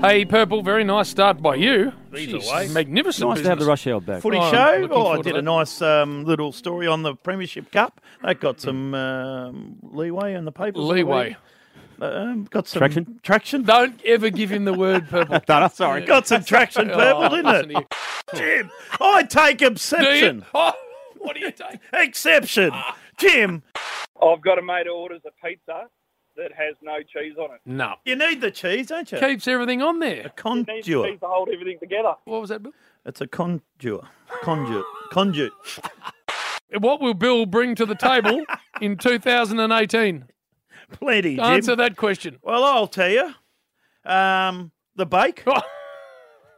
Hey, Purple, very nice start by you. Either way. magnificent. Nice to have the business. rush hour back. Footy Oh, I'm show. looking Oh, I forward to did a that. nice um, little story on the Premiership Cup. That got some um, leeway in the papers. the Leeway. week. Um, got some Traction? Traction. Don't ever give him the word Purple. Oh, Done. I'm sorry. Got some traction, purple, didn't it? Jim, I take Do you? exception. Oh, what do you take? Exception. Jim, I've got a mate who orders a pizza that has no cheese on it. No. you need the cheese, don't you? Keeps everything on there. Needs the Conduit. cheese to hold everything together. What was that, Bill? It's a conduit. Conduit. Conduit. What will Bill bring to the table in 2018? Plenty, Jim. Answer that question. Well, I'll tell you. Um, the bake, Oh,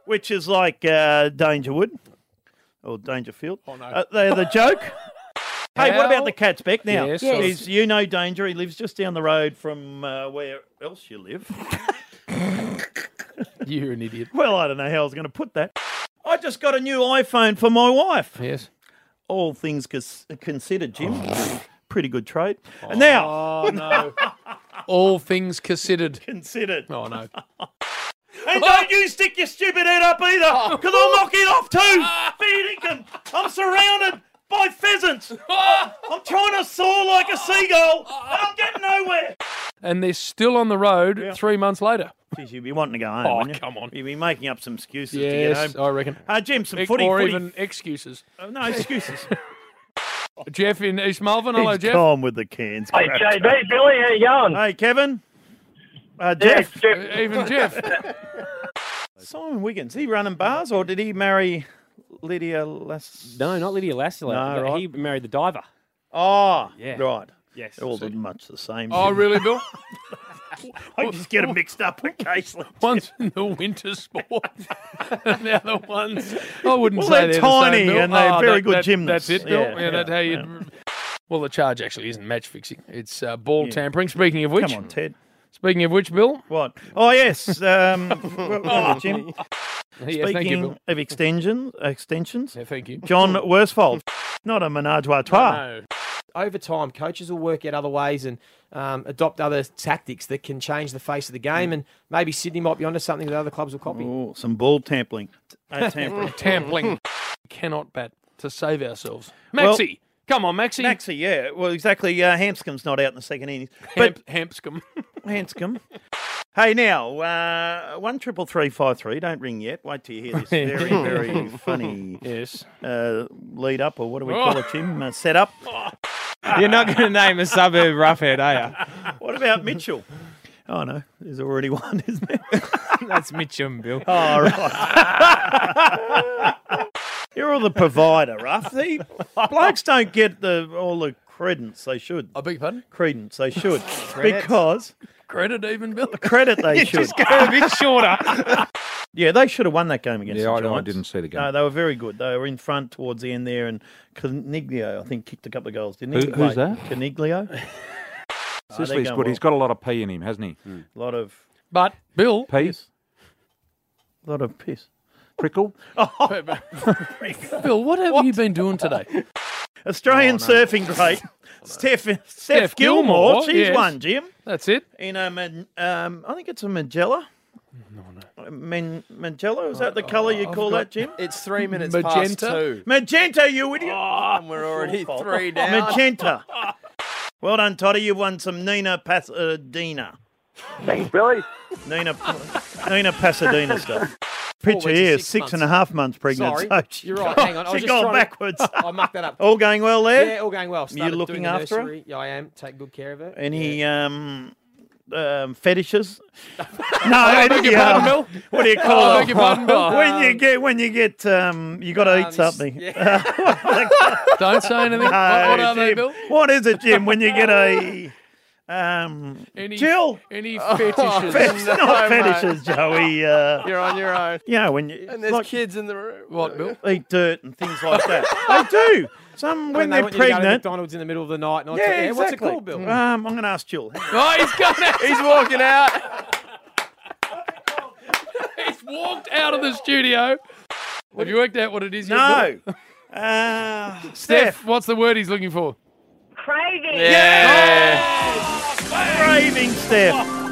which is like uh, Dangerwood or Dangerfield. Oh, no. Uh, they're the joke. hey, what How- about the cat's back now? Yes, Yes. I was- He's, you know Danger. He lives just down the road from uh, where else you live. You're an idiot. well, I don't know how I was going to put that. I just got a new iPhone for my wife. Yes. All things cons- considered, Jim. Pretty good trade. And now, Oh, no. All things considered. considered. Oh, no. And don't you stick your stupid head up Oh. either, because I'll knock it off too. Feeding them. I'm surrounded by pheasants. I'm trying to soar like a seagull, and I'm getting nowhere. And they're still on the road three months later. Jeez, you'd be wanting to go home. Oh, wouldn't you? come on. You'd be making up some excuses to Yes, get home. I reckon. Uh, Jim, some Ex- footy, or footy. even excuses. Uh, no excuses. Jeff in East Melbourne. Hello, He's Jeff. Calm with the cans. Hey, crap. JB, Billy, how you going? Hey, Kevin. Uh, Yeah, Jeff. Jeff. Even Jeff. Simon Wiggins. He running bars, or did he marry Lydia Lass? No, not Lydia Lassila. No, right. He married the diver. Oh, Yeah. right. Yes. They're all much the same. Oh, really, Bill? I just get them mixed up occasionally. One's in the winter sport, and the other ones. I wouldn't Well, say they're they're the same, tiny Bill. and they're Ah, very that- good that- gymnasts. That's it, Bill. Yeah, Yeah, that's yeah, how you. would Well, the charge actually isn't match fixing; it's uh, ball tampering. Speaking of which, Come on, Ted. speaking of which, Bill. What? Oh yes. Um, w- Oh. w- Jim. Yeah, thank you, Speaking Bill. of extensions, extensions. Yeah, thank you. John Worsfold, not a menage a trois. No. over time, coaches will work out other ways and um, adopt other tactics that can change the face of the game. Mm. And maybe Sydney might be onto something that other clubs will copy. Oh, some ball tampering. Uh, tampering. Tampling cannot bat to save ourselves. Well- Maxi, come on, Maxi. Maxi, yeah. Well, exactly. Uh, Hanscom's not out in the second innings, but Hamp- Hampscombe. Hanscom. Hey now, uh, one triple three five three. Don't ring yet. Wait till you hear this very very funny yes. uh, lead up or what do we call it, Jim? Uh, set up. You're not going to name a suburb roughhead, are What about Mitchell? Oh no, there's already one, isn't there? you? That's Mitchum, Bill. Oh, right. You're all the provider, Ruff. The blokes don't get the all the credence they should. I beg your pardon? Credence they should. because Credit even, Bill? credit they should. a bit shorter. Yeah, they should have won that game against Yeah, the I, Giants. I didn't see the game. No, they were very good. They were in front towards the end there, and Caniglio, I think, kicked a couple of goals, didn't he? Who- who's Late. that? Caniglio. they're Sicily's going good. well. He's got a lot of pee in him, hasn't he? A lot of, But, Bill. Pee, lot of piss. prickle. Bill, what have you been doing today? Australian surfing great Steph, Steph, Oh, Steph Gilmore. Gilmore, She's yes. won, Jim. That's it. in a man, um, I think it's a Magella. No, no. Man, Magella, is Oh, that the colour you call that, Jim? It's three minutes past Magenta? two, Magenta, you idiot! Oh, and we're already three down. Magenta. well done, Toddy. You've won some Nina Pasadena. Thanks, Billy. Nina, Nina Pasadena stuff. Picture weeks to here, six six and months. a half months pregnant. Sorry, so she- you're right. Hang on, I was She's gone just trying to- backwards. I mucked that up. All going well there? Yeah, all going well. Started looking doing the after her? nursery. Yeah, I am. Take good care of her. Any um, um, fetishes? no, I beg your pardon, Bill. What do you call Oh, I it? beg your pardon, Bill. when you get when you get um, you got to eat Um, something. yeah. Don't say anything. what, what No, are they, Jim. Bill? What is it, Jim? When you get a um, Any, Jill. Oh, Any fetishes? it's not fetishes, Joey. Uh, You're on your own, yeah, when you and it's there's like kids in the room. What, Bill? eat dirt and things like that. they do. Some when, When they they're want you to go to pregnant. McDonald's in the middle of the night. And I yeah, tell you, exactly. What's it called, Bill? Um, I'm going to ask Jill. Oh, he's gone out. He's walking out. He's walked out of the studio. Have you worked out what it is? yet, Bill? no. Uh, Steph, Steph, what's the word he's looking for? Craving. Yeah. braving Steph.